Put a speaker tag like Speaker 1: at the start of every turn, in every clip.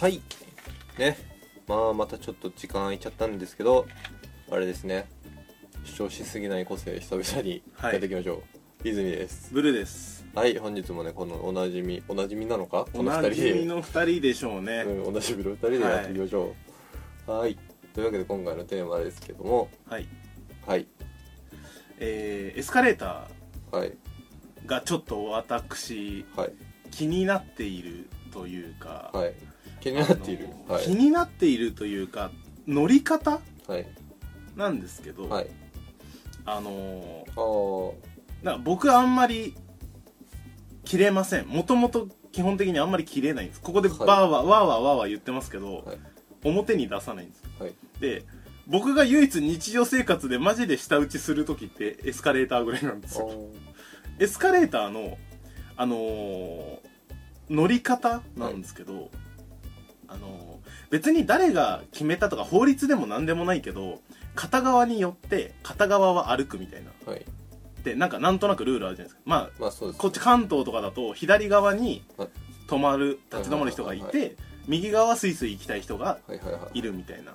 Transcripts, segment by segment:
Speaker 1: はいねまあまたちょっと時間空いちゃったんですけどあれですね主張しすぎない個性久々に
Speaker 2: はい
Speaker 1: やっていきましょう、泉です
Speaker 2: ブルです
Speaker 1: はい本日もねこのおなじみおなじみなのかこ
Speaker 2: お
Speaker 1: の
Speaker 2: な
Speaker 1: 二人
Speaker 2: じみ
Speaker 1: で
Speaker 2: の2人でしょうね、
Speaker 1: うんおなじみの二人でやっていきましょうはいというわけで今回のテーマですけども
Speaker 2: はい
Speaker 1: はい
Speaker 2: えーエスカレータ
Speaker 1: はい
Speaker 2: ーがちょっと私
Speaker 1: はい
Speaker 2: 気になっているというか、
Speaker 1: はい気になっている
Speaker 2: あの
Speaker 1: はい
Speaker 2: 気になっているというか乗り方
Speaker 1: はい
Speaker 2: なんですけど、
Speaker 1: はい
Speaker 2: あの
Speaker 1: あー
Speaker 2: ーなんか僕あんまり切れませんもともと基本的にあんまり切れないんですここでバ
Speaker 1: は
Speaker 2: ー
Speaker 1: い
Speaker 2: はわーわーわーわー言ってますけど、
Speaker 1: はい
Speaker 2: 表に出さないんです
Speaker 1: はい
Speaker 2: で僕が唯一日常生活でマジで舌打ちする時ってエスカレーターぐらいなんです
Speaker 1: あ
Speaker 2: よ
Speaker 1: ー
Speaker 2: エスカレーターのあのー乗り方なんですけど、あのー別に誰が決めたとか法律でも何でもないけど片側によって片側は歩くみたいな
Speaker 1: はい
Speaker 2: でなんかなんとなくルールあるじゃないですかまあ
Speaker 1: まあそうです
Speaker 2: こっち関東とかだと左側に
Speaker 1: はい
Speaker 2: 止まる立ち止まる人がい
Speaker 1: はいはい
Speaker 2: て右側はスイスイ行きたい人が
Speaker 1: はいはいはい
Speaker 2: いるみたいな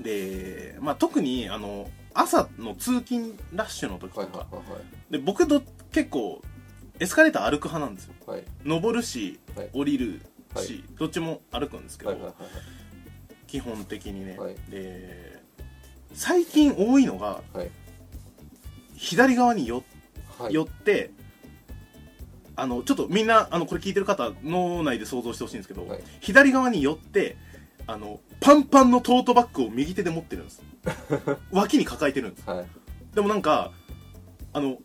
Speaker 2: で、まあ、特にあの朝の通勤ラッシュの時とか、
Speaker 1: はいはいはいはい
Speaker 2: で僕ど結構エスカレーター歩く派なんですよ
Speaker 1: はい
Speaker 2: 登るし、
Speaker 1: はい
Speaker 2: 降りるし、
Speaker 1: はい
Speaker 2: どっちも歩くんですけど、
Speaker 1: はいはいはい
Speaker 2: 基本的にね、
Speaker 1: はい
Speaker 2: で最近多いのが
Speaker 1: はい
Speaker 2: 左側によ
Speaker 1: はい
Speaker 2: 寄ってあのちょっとみんなあのこれ聞いてる方脳内で想像してほしいんですけど、
Speaker 1: はい
Speaker 2: 左側に寄ってあのパンパンのトートバッグを右手で持ってるんです 脇に抱えてるんです
Speaker 1: はい
Speaker 2: でもなんかあの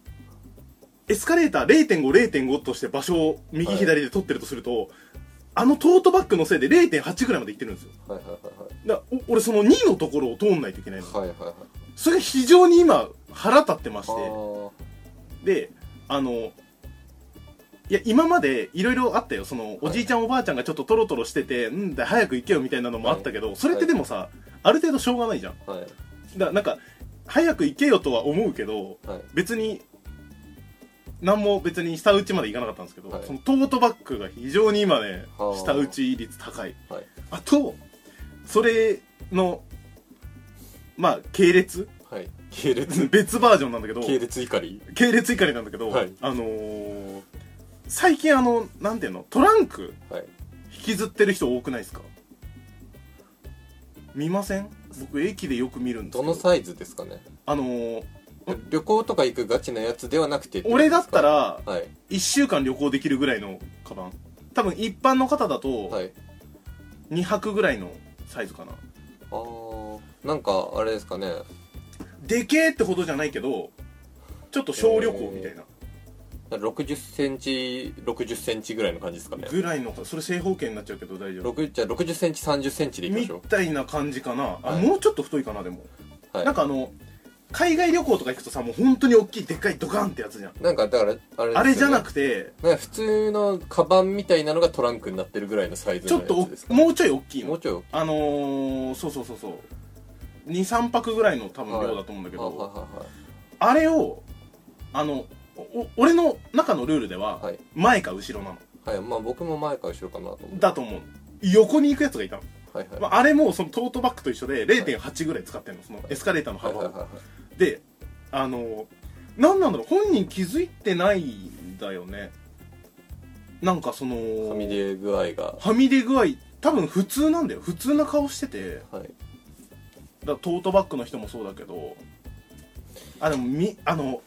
Speaker 2: エスカレーター0.50.5として場所を右
Speaker 1: はい
Speaker 2: 左で取ってるとすると、あのトートバッグのせいで0.8ぐらいまでいってるんですよ
Speaker 1: はいはい
Speaker 2: だからお俺その2のところを通んないといけないの
Speaker 1: はいはいはいはいはい
Speaker 2: それが非常に今腹立ってまして
Speaker 1: あ
Speaker 2: であのいや今までいろいろあったよそのおじいちゃんおばあちゃんがちょっとトロトロしててうんだ早く行けよみたいなのもあったけど、それってでもさ、ある程度しょうがないじゃんだか
Speaker 1: ーはい
Speaker 2: らなんか早く行けよとは思うけど
Speaker 1: はい
Speaker 2: 別に何も別に下打ちまで行かなかったんですけど、
Speaker 1: はい
Speaker 2: そのトートバッグが非常に今ね
Speaker 1: はあ
Speaker 2: 下打ち率高い
Speaker 1: はい
Speaker 2: あとそれのまあ系列
Speaker 1: はい系列
Speaker 2: 別バージョンなんだけど
Speaker 1: 系列怒り
Speaker 2: 系列怒りなんだけど、
Speaker 1: はい
Speaker 2: あのー最近あのなんていうのトランク
Speaker 1: はい
Speaker 2: 引きずってる人多くないですか見ません僕駅でよく見るんです
Speaker 1: ど
Speaker 2: けど
Speaker 1: のサイズですかね
Speaker 2: あのー
Speaker 1: 旅行とか行くガチなやつではなくて
Speaker 2: 俺だった
Speaker 1: は
Speaker 2: ら
Speaker 1: い
Speaker 2: 1週間旅行できるぐらいのカバン多分一般の方だ
Speaker 1: は
Speaker 2: と
Speaker 1: い
Speaker 2: 2泊ぐらいのサイズかな、
Speaker 1: あーなんかあれですかね
Speaker 2: でけえってほどじゃないけどちょっと小旅行みたいな
Speaker 1: 60センチ60センチぐらいの感じですかね
Speaker 2: ぐらいのそれ正方形になっちゃうけど大丈夫
Speaker 1: 6じゃあ60センチ30センチでいきま
Speaker 2: み
Speaker 1: しょ
Speaker 2: たいな感じかなあ、
Speaker 1: はい
Speaker 2: もうちょっと太いかなでも
Speaker 1: うはい
Speaker 2: なんかあの海外旅行とか行くとさもう本当に大きいでっかいドカンってやつじゃん
Speaker 1: なんかだからあれですよね
Speaker 2: あれじゃなくて
Speaker 1: なんか普通のカバンみたいなのがトランクになってるぐらいのサイズ
Speaker 2: ちょ
Speaker 1: の
Speaker 2: っと
Speaker 1: や
Speaker 2: お
Speaker 1: つですかね
Speaker 2: もうちょい大きい
Speaker 1: もう
Speaker 2: の
Speaker 1: ちょい大きい
Speaker 2: あのー、そうそうそうそう23泊ぐらいの多分量だと思うんだけ
Speaker 1: あ
Speaker 2: ど、
Speaker 1: はいはいはい
Speaker 2: あれをあのおお俺の中のルールでは
Speaker 1: はい、
Speaker 2: 前か後ろなの
Speaker 1: はい、まあ僕も前か後ろかなと思う
Speaker 2: だと思う横に行くやつがいたの、
Speaker 1: はいはい
Speaker 2: ま
Speaker 1: は
Speaker 2: あ、あれもそのトートバッグと一緒で0.8ぐらい使ってんのそのエスカレーターの
Speaker 1: い
Speaker 2: 幅
Speaker 1: はいはい
Speaker 2: を
Speaker 1: は
Speaker 2: であの何なんだろう本人気づいてないんだよねなんかその
Speaker 1: いは
Speaker 2: は
Speaker 1: み出具合が
Speaker 2: み出具合多分普通なんだよ普通な顔してて
Speaker 1: はい
Speaker 2: だからトートバッグの人もそうだけどあでもみあの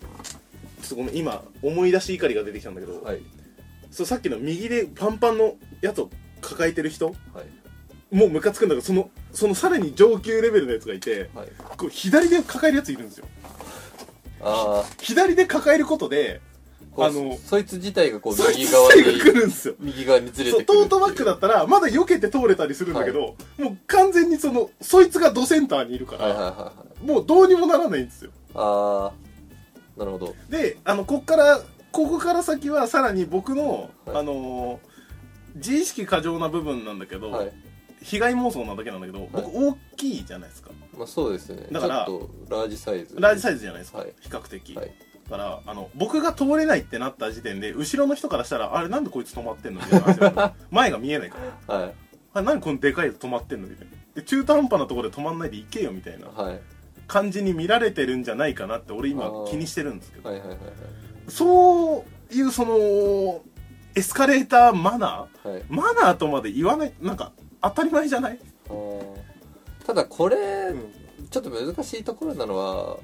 Speaker 2: ちょっとごめん今思い出し怒りが出てきたんだけど、
Speaker 1: はい
Speaker 2: そうさっきの右でパンパンのやつを抱えてる人
Speaker 1: はい
Speaker 2: もうムカつくんだけどそのそのさらに上級レベルのやつがいて
Speaker 1: はい
Speaker 2: こう左で抱えるやついるんですよ
Speaker 1: ああ
Speaker 2: 左で抱えることで
Speaker 1: こう
Speaker 2: あの
Speaker 1: そいつ自体がこう
Speaker 2: そい
Speaker 1: 右
Speaker 2: つ
Speaker 1: 側
Speaker 2: が来
Speaker 1: に
Speaker 2: るんですよ
Speaker 1: 右側にずれてく
Speaker 2: そ
Speaker 1: る
Speaker 2: うトートバッグだ
Speaker 1: っ
Speaker 2: ったらまだ避けて通れたりするんだけど、もう完全にそのそいつがドセンターにいるか
Speaker 1: たはい
Speaker 2: ら、
Speaker 1: はいはいはい
Speaker 2: もうどうにもならないんですよ
Speaker 1: ああなるほど
Speaker 2: であのこっからここから先はさらに僕の、
Speaker 1: はい
Speaker 2: あのー自意識過剰な部分なんだけど、
Speaker 1: はい
Speaker 2: 被害妄想なだけなんだけど、僕大きいじゃないですか
Speaker 1: まあそうですね
Speaker 2: だから
Speaker 1: ちょっとラージサイズ
Speaker 2: ラージサイズじゃないですか、
Speaker 1: はい
Speaker 2: 比較的、
Speaker 1: はい
Speaker 2: だからあの僕が通れないって なった時点で後ろの人からしたらあれなんでこいつ止まってんのみたいな話だから前が見えないから
Speaker 1: はい
Speaker 2: あ何このでかいやつ止まってんのみたいなで中途半端なところで止まんないで行けよみたいな
Speaker 1: はい
Speaker 2: 感じに見られてるんじゃないかなって俺
Speaker 1: あ
Speaker 2: 今
Speaker 1: ー
Speaker 2: 気にしてるんですけど、
Speaker 1: はいはいはいはい
Speaker 2: そういうそのエスカレーターマナ
Speaker 1: はい
Speaker 2: ーマナーとまで言わないなんか当たり前じゃない、
Speaker 1: あーただこれ
Speaker 2: うん
Speaker 1: ちょっと難しいところなのは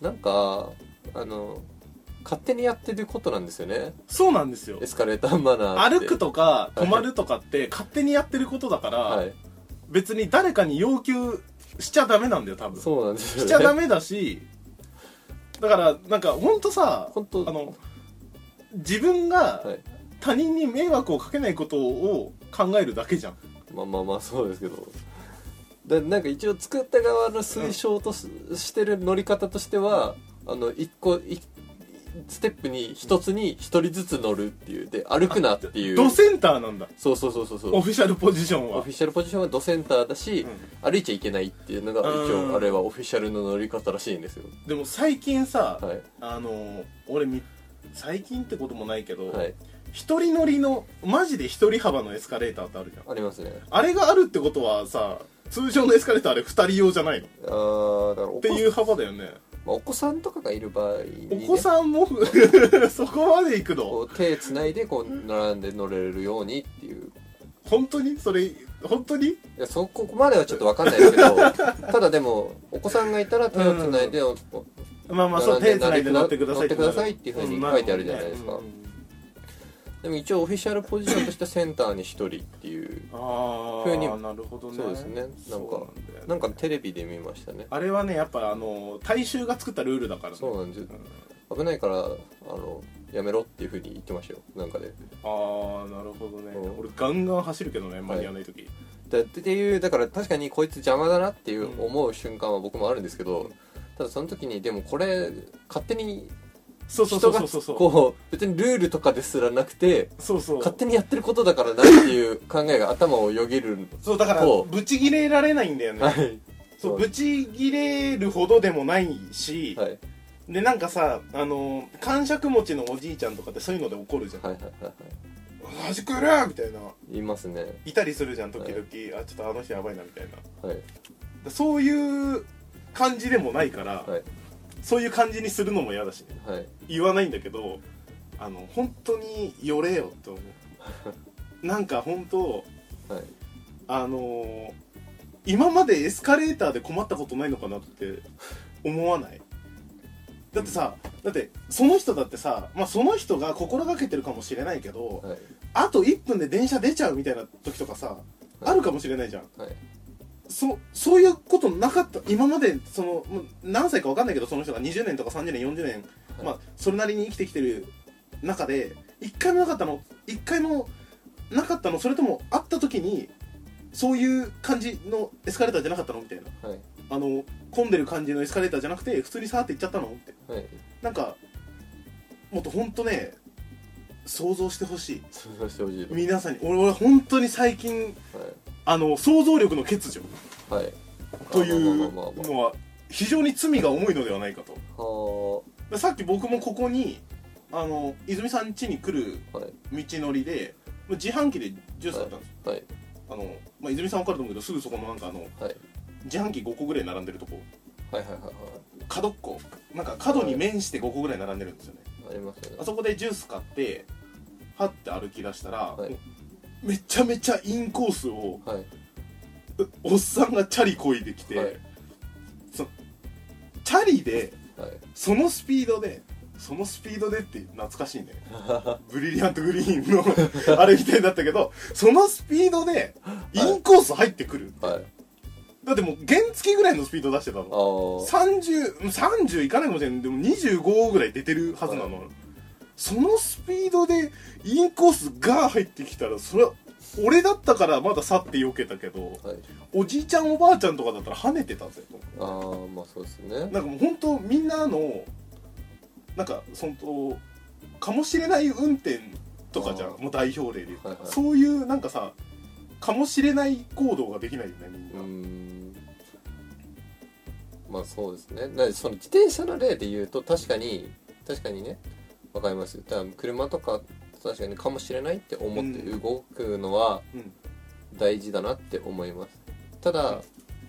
Speaker 1: なんかあの勝手にやってることなんですよね
Speaker 2: そうなんですよ
Speaker 1: エスカレーターマナーって
Speaker 2: 歩くとか止まるとかって勝手にやってることだから、
Speaker 1: はい
Speaker 2: 別に誰かに要求しちゃダメなんだよ多分
Speaker 1: そうなんですよ
Speaker 2: し
Speaker 1: ね
Speaker 2: ちゃダメだしだからなんかほんとさ
Speaker 1: 本当
Speaker 2: あの自分が
Speaker 1: はい
Speaker 2: 他人に迷惑をかけないことを考えるだけじゃん
Speaker 1: まあまあまあそうですけどだなんか一応作った側の推奨とし,、してる乗り方としては、あの一個一ステップに一つに一人ずつ乗るっていうで歩くなっていう
Speaker 2: ドセンターなんだ
Speaker 1: そうそうそうそうそう
Speaker 2: オフィシャルポジション
Speaker 1: オ
Speaker 2: は
Speaker 1: フィシャルポジションはドセンターだし、歩いちゃいけないっていうのが一
Speaker 2: うん
Speaker 1: 応あれはオフィシャルの乗り方らしいんですよ
Speaker 2: でも最近さ、
Speaker 1: はい
Speaker 2: あの俺み最近ってこともないけど、
Speaker 1: はい
Speaker 2: 一人乗りのマジで一人幅のエスカレーターってあるじゃん
Speaker 1: ありますね
Speaker 2: あれがあるってことはさ通常のエスカレーターあれ二人用じゃないのっ
Speaker 1: あーだからお
Speaker 2: て
Speaker 1: 子,、
Speaker 2: いう幅だよね
Speaker 1: まあ、お子さんとかがいる場合に、
Speaker 2: お
Speaker 1: ね、
Speaker 2: 子さ んもそこまで行くの
Speaker 1: こう手つないでこう並んで乗れるようにっていう
Speaker 2: 本当にそれ本当に
Speaker 1: いやそこまではちょっと分かんないですけ どただでもお子さんがいたら手をつないで、おお
Speaker 2: まあまあそう
Speaker 1: 並
Speaker 2: 手
Speaker 1: んで
Speaker 2: つないで乗ってくださ
Speaker 1: 乗
Speaker 2: い
Speaker 1: ってくださいっていうふうに書いてあるじゃないですか
Speaker 2: うんうん
Speaker 1: でも一応オフィシャルポジションとしてセンターに1人っていう
Speaker 2: あ
Speaker 1: 風に
Speaker 2: あなるほどね
Speaker 1: そうですねなんか
Speaker 2: そうなんだよね
Speaker 1: なんかテレビで見ましたね
Speaker 2: あれはねやっぱあの大衆が作ったルールだからね
Speaker 1: そうなんですよ危ないからあのやめろっていうふうに言ってましたよなんかで
Speaker 2: ああなるほどね
Speaker 1: うん
Speaker 2: 俺ガンガン走るけどね間に合わない時、
Speaker 1: だっていうだから確かにこいつ邪魔だなっていう思う瞬間は僕もあるんですけど、ただその時にでもこれ勝手に
Speaker 2: そうそう
Speaker 1: 人
Speaker 2: そう
Speaker 1: が
Speaker 2: そうそうそう
Speaker 1: こう別にルールとかですらなくて
Speaker 2: そうそう
Speaker 1: 勝手にやってることだからなっていう 考えが頭をよぎる
Speaker 2: そうだから
Speaker 1: こう
Speaker 2: ブチギレられないんだよね、
Speaker 1: はい
Speaker 2: そうブチギレるほどでもないし、
Speaker 1: はい
Speaker 2: でなんかさあの感触持ちのおじいちゃんとかってそういうので怒るじゃん
Speaker 1: はいはいはいはい
Speaker 2: 「マジくる!」みたいな
Speaker 1: 言いますね
Speaker 2: いたりするじゃん時々、あちょっとあの人やばいなみたいな
Speaker 1: はい
Speaker 2: でそういう感じでもないから、
Speaker 1: はい
Speaker 2: そういう感じにするのも嫌だしね
Speaker 1: はい
Speaker 2: 言わないんだけどあの本当に寄れよって思うなんか本当
Speaker 1: はい
Speaker 2: あのー今までエスカレーターで困ったことないのかなって思わないだってさ、だってその人だってさ、まあ、その人が心がけてるかもしれないけど、
Speaker 1: はい
Speaker 2: あと1分で電車出ちゃうみたいな時とかさ、
Speaker 1: い
Speaker 2: あるかもしれないじゃん
Speaker 1: はい
Speaker 2: そそういうことなかった今までそのもう何歳か分かんないけどその人が20年とか30年40年、
Speaker 1: はい
Speaker 2: まあ、それなりに生きてきてる中で1回もなかったの1回もなかったのそれとも会った時にそういう感じのエスカレーターじゃなかったのみたいな
Speaker 1: はい
Speaker 2: あの混んでる感じのエスカレーターじゃなくて普通にさーって行っちゃったのって
Speaker 1: はい
Speaker 2: なんかもっとほんとね想像してほしい
Speaker 1: そうさせてほしい
Speaker 2: 皆さんに俺俺本当に最近あの想像力の欠如
Speaker 1: はいはい
Speaker 2: という
Speaker 1: まあまあまあまあ
Speaker 2: のは非常に罪が重いのではないかと
Speaker 1: は
Speaker 2: でさっき僕もここにあの泉さん家に来る
Speaker 1: あはい
Speaker 2: 道のりで自販機でジュースだったんですよ
Speaker 1: はい
Speaker 2: あの、まあ、泉さん分かると思うけどすぐそこのなんかあの
Speaker 1: はい
Speaker 2: 自販機5個ぐらい並んでるとこ
Speaker 1: はいはいはいは
Speaker 2: 角っこなんか角に面して5個ぐらい並んでるんですよね
Speaker 1: いありますよ
Speaker 2: あ
Speaker 1: ね
Speaker 2: そこでジュース買ってはって歩き出したら、
Speaker 1: はい
Speaker 2: めちゃめちゃインコースを
Speaker 1: はい
Speaker 2: おっさんがチャリこいできて、
Speaker 1: はい
Speaker 2: そチャリで
Speaker 1: はい
Speaker 2: そのスピードでそのスピードでって懐かしいねブリリアントグリーンのあれみたいだったけどそのスピードでインコース入ってくる、
Speaker 1: はい
Speaker 2: だってもう原付きぐらいのスピード出してた
Speaker 1: あ
Speaker 2: の
Speaker 1: あ
Speaker 2: 3030いかないかもしれないでも25ぐらい出てるはずなの、そのスピードでインコースが入ってきたらそれは俺だったからまだ去って避けたけど
Speaker 1: はい
Speaker 2: おじいちゃんおばあちゃんとかだったら跳ねてたぜと思って
Speaker 1: ああまあそうですね
Speaker 2: なんかもう本当みんなのなんかそのかもしれない運転とかじゃん
Speaker 1: あー
Speaker 2: もう代表例で言うと、
Speaker 1: はいはい
Speaker 2: そういうなんかさかもしれない行動ができないよねみん
Speaker 1: う
Speaker 2: な、
Speaker 1: ーんまあそうですねなその自転車の例で言うと確かに確かにねわかりますだから車とか確かにかもしれないって思って動くのは、
Speaker 2: うん
Speaker 1: 大事だなって思いますただ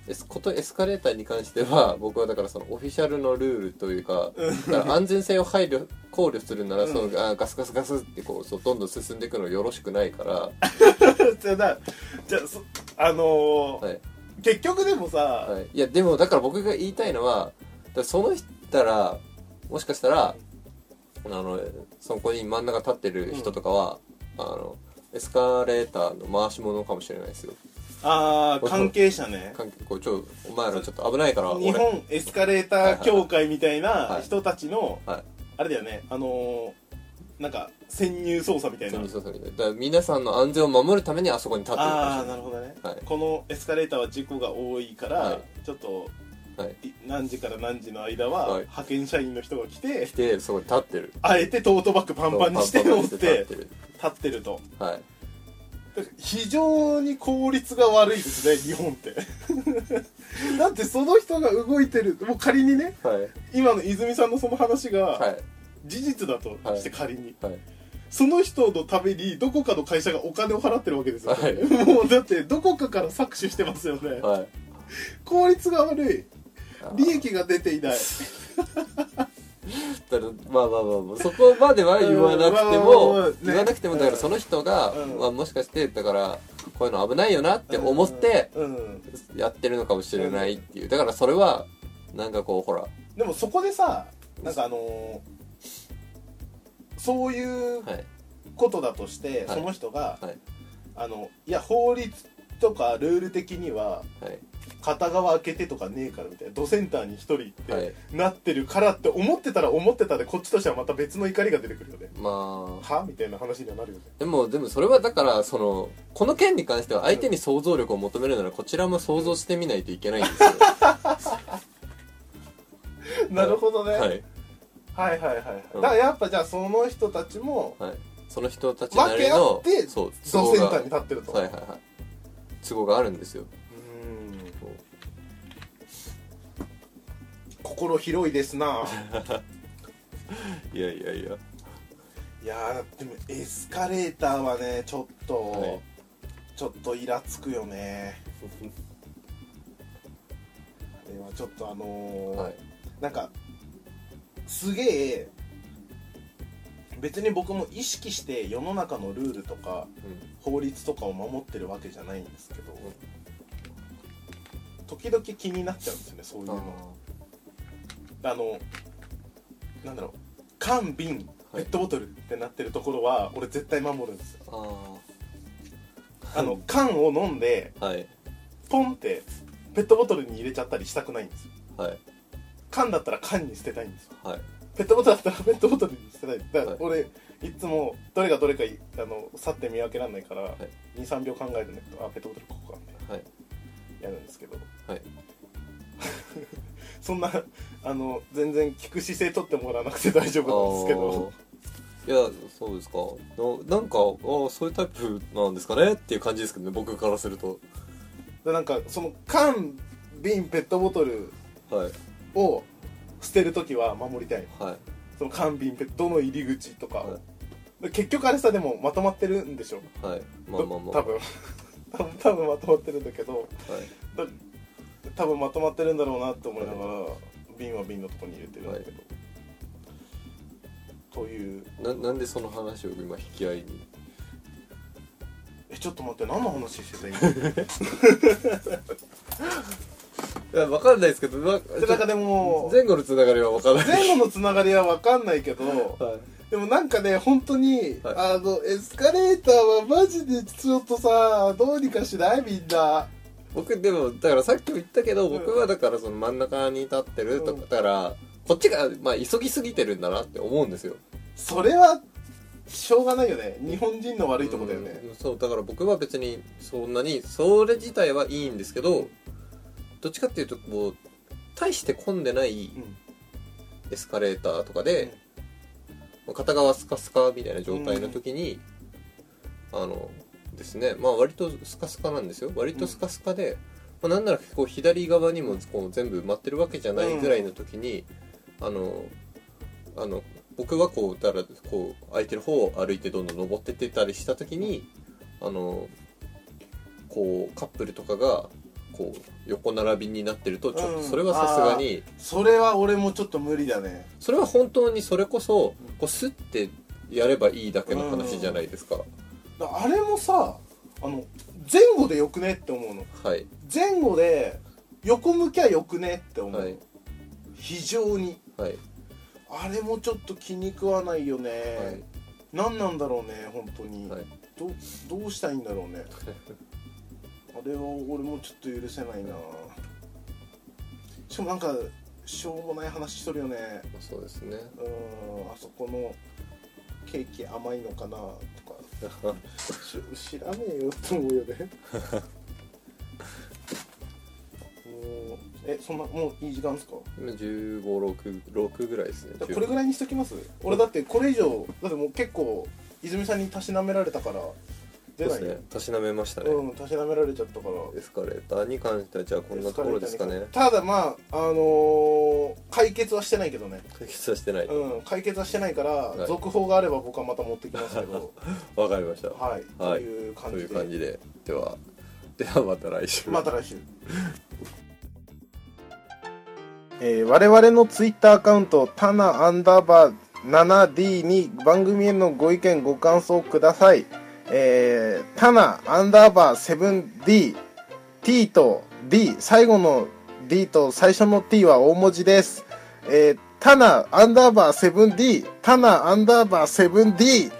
Speaker 1: エスことエスカレーターに関しては僕はだからそのオフィシャルのルールというか だから安全性を配慮考慮するならその、あガスガスガスってこうそうどんどん進んでいくのよろしくないから、
Speaker 2: じゃあ だじゃあそあのー
Speaker 1: はい
Speaker 2: 結局でもさ、
Speaker 1: はい、いやでもだから僕が言いたいのはだからその人たらもしかしたらあのそこに真ん中立ってる人とかは、あのエスカレーターの回し物かもしれないですよ
Speaker 2: ああ関係者ね
Speaker 1: 関係こうちょお前らちょっと危ないから俺
Speaker 2: 日本エスカレーター協会みたいな
Speaker 1: はい
Speaker 2: 人たちの、
Speaker 1: は
Speaker 2: あれだよねあのーなんか潜入捜査みた
Speaker 1: い
Speaker 2: いな
Speaker 1: 全部そうそうだから皆さんの安全を守るためにあそこに立ってる
Speaker 2: ああな
Speaker 1: か
Speaker 2: るほどね、
Speaker 1: はい
Speaker 2: このエスカレーターは事故が多いから、
Speaker 1: は
Speaker 2: ちょっと
Speaker 1: もしれない、はい、
Speaker 2: い何時から何時の間
Speaker 1: は
Speaker 2: は、
Speaker 1: い
Speaker 2: 派遣社員の人が来て
Speaker 1: 来てそこに立ってる
Speaker 2: あえてトートバッグパンパンにして
Speaker 1: パンパン
Speaker 2: 乗
Speaker 1: に
Speaker 2: っ
Speaker 1: して
Speaker 2: て
Speaker 1: 立ってる
Speaker 2: 立ってると
Speaker 1: はい
Speaker 2: だから非常に効率が悪いですね日本って だってその人が動いてるもう仮にね
Speaker 1: はい
Speaker 2: 今の泉さんのその話
Speaker 1: は
Speaker 2: が
Speaker 1: い
Speaker 2: 事実だとして
Speaker 1: は
Speaker 2: 仮に、
Speaker 1: はい
Speaker 2: その人のためにどこかの会社がお金を払ってるわけですよ、ね
Speaker 1: はい
Speaker 2: もうだってどこかから搾取してますよね
Speaker 1: はい
Speaker 2: 効率が悪い
Speaker 1: あー
Speaker 2: 利益が出ていない
Speaker 1: だからまあまあまあまあそこまでは言わなくて
Speaker 2: うんまあまあまあ
Speaker 1: も
Speaker 2: ね
Speaker 1: 言わなくてもだからその人が
Speaker 2: うん
Speaker 1: まあもしかしてだからこういうの危ないよなって思って
Speaker 2: うんうん
Speaker 1: やってるのかもしれないっていうだからそれはなんかこうほら
Speaker 2: でもそこでさなんかあのーそういう
Speaker 1: はい
Speaker 2: ことだとして、
Speaker 1: はい
Speaker 2: その人が、
Speaker 1: はい
Speaker 2: あのいや法律とかルール的には
Speaker 1: はい
Speaker 2: 片側開けてとかねえからみたいなドセンターに一人って、
Speaker 1: はい
Speaker 2: なってるからって思ってたら思ってたでこっちとしてはまた別の怒りが出てくるよね
Speaker 1: まあ
Speaker 2: はみたいな話にはなるよね
Speaker 1: でもでもそれはだからそのこの件に関しては相手に想像力を求めるならこちらも想像してみないといけないん ですよ
Speaker 2: なるほどね、
Speaker 1: は
Speaker 2: はい、
Speaker 1: い
Speaker 2: はいはいはい
Speaker 1: うん
Speaker 2: だからやっぱじゃあその人たちも
Speaker 1: はいその人たちな
Speaker 2: 分
Speaker 1: り
Speaker 2: け合っ
Speaker 1: の
Speaker 2: て
Speaker 1: そう
Speaker 2: ドセン
Speaker 1: が
Speaker 2: ターに立ってると、
Speaker 1: はいはいはい都合があるんですよ
Speaker 2: うん
Speaker 1: そう
Speaker 2: 心広いですな
Speaker 1: はいやいやいや
Speaker 2: いやーでもエスカレーターはねちょっと、
Speaker 1: はい
Speaker 2: ちょっとイラつくよねあれはちょっとあのー
Speaker 1: はい
Speaker 2: なんかすげえ別に僕も意識して世の中のルールとか法律とかを守ってるわけじゃないんですけど時々気になっちゃうんですよねそういうのあのなんだろう缶瓶ペ
Speaker 1: はい
Speaker 2: ットボトルってなってるところは俺絶対守るんですよ
Speaker 1: あー
Speaker 2: あの缶を飲んで
Speaker 1: あーはい
Speaker 2: ポンってペットボトルに入れちゃったりしたくないんですよ
Speaker 1: はい
Speaker 2: 缶だったら缶に捨てたいんですよ
Speaker 1: はい
Speaker 2: ペットボトルだったら ペットボトルにしてないだから
Speaker 1: はい
Speaker 2: 俺、い、つもどれがどれかいあの去って見分けられないから、
Speaker 1: い
Speaker 2: 23秒考えるんだけどあペットボトルここかみた
Speaker 1: は
Speaker 2: い
Speaker 1: い
Speaker 2: なやるんですけど
Speaker 1: はい
Speaker 2: そんなあの全然聞く姿勢取ってもらわなくて大丈夫なんですけど
Speaker 1: あーいやそうですかななんかあーそういうタイプなんですかねっていう感じですけどね僕からすると
Speaker 2: でなんかその缶瓶ペットボトル
Speaker 1: はい
Speaker 2: を捨てるときは守りたいの
Speaker 1: はい
Speaker 2: その缶瓶ペットの入り口とかを、
Speaker 1: は
Speaker 2: で結局あれさでもまとまってるんでしょ
Speaker 1: はいまあまあまあ
Speaker 2: 多分多分多分まとまってるんだけど
Speaker 1: はい
Speaker 2: だ多分まとまってるんだろうなって思いながら瓶は瓶のとこに入れてるんだけど、という
Speaker 1: ななんでその話を今引き合いに
Speaker 2: えちょっと待って何の話して た今
Speaker 1: いや分かんないですけどな
Speaker 2: でなんかでも
Speaker 1: 前後のつながりは分からない
Speaker 2: 前後のつながりは分かんないけど
Speaker 1: はい
Speaker 2: でもなんかね本当に、
Speaker 1: は
Speaker 2: あのエスカレーターはマジでちょっとさどうにかしないみんな
Speaker 1: 僕でもだからさっきも言ったけど
Speaker 2: うん
Speaker 1: 僕はだからその真ん中に立ってると
Speaker 2: うん
Speaker 1: かだからこっちがまあ急ぎすぎてるんだなって思うんですよ
Speaker 2: それはしょうがないよね日本人の悪いとこだよね、
Speaker 1: うんそうだから僕は別にそんなにそれ自体はいいんですけどどっちかっていうとこう大して混んでない
Speaker 2: うん
Speaker 1: エスカレーターとかで片側スカスカみたいな状態の時にあのですねまあ割とスカスカなんですよ割とスカスカで、まあ、なんなら結構左側にもこう全部埋まってるわけじゃないぐらいの時にあのあの僕はこうだからこう空いてる方を歩いてどんどん登ってってたりした時にあのこうカップルとかがこう横並びになってるとちょっ
Speaker 2: う
Speaker 1: と
Speaker 2: ん
Speaker 1: それはさすがに、
Speaker 2: それは俺もちょっと無理だね
Speaker 1: それは本当にそれこそこうスッてやればいいだけの話じゃないですか、
Speaker 2: だあれもさあの前後でよくねって思うの
Speaker 1: はい
Speaker 2: 前後で横向きゃよくねって思う、
Speaker 1: はい
Speaker 2: 非常に
Speaker 1: はい、
Speaker 2: あれもちょっと気に食わないよね、
Speaker 1: はい
Speaker 2: 何なんだろうね本当に、
Speaker 1: はい
Speaker 2: どどうしたいんだろう ねあれは俺もちょっと許せないなしかもなんかしょうもない話しとるよね
Speaker 1: そうですね
Speaker 2: うーんあそこのケーキ甘いのかなとかし知らねえよと思うよ ねもうえそんなもういい時間ですか
Speaker 1: 今1566ぐらいですね
Speaker 2: だからこれぐらいにしときます俺だってこれ以上だってもう結構泉さんにたしなめられたから出ない
Speaker 1: そうですねたしなめましたね、
Speaker 2: うんたしなめられちゃったから
Speaker 1: エスカレーターに関してはじゃあこんなところですかね
Speaker 2: ただまああのー解決はしてないけどね
Speaker 1: 解決はしてないわ、
Speaker 2: うん解決はしてないから、
Speaker 1: い
Speaker 2: 続報があれば僕はまた持ってきますけ ど
Speaker 1: かりました
Speaker 2: はい、
Speaker 1: はい
Speaker 2: という感
Speaker 1: とい
Speaker 2: じ
Speaker 1: う
Speaker 2: で
Speaker 1: 感じでではではまた来週
Speaker 2: また来週えー我々のツイッターアカウント、タナアンダーバー 7D に番組へのご意見、ご感想ください。えー、タナアンダーバー 7D、T と D、最後の D と最初の T は大文字です。えー、タナアンダーバー 7D、タナアンダーバー 7D、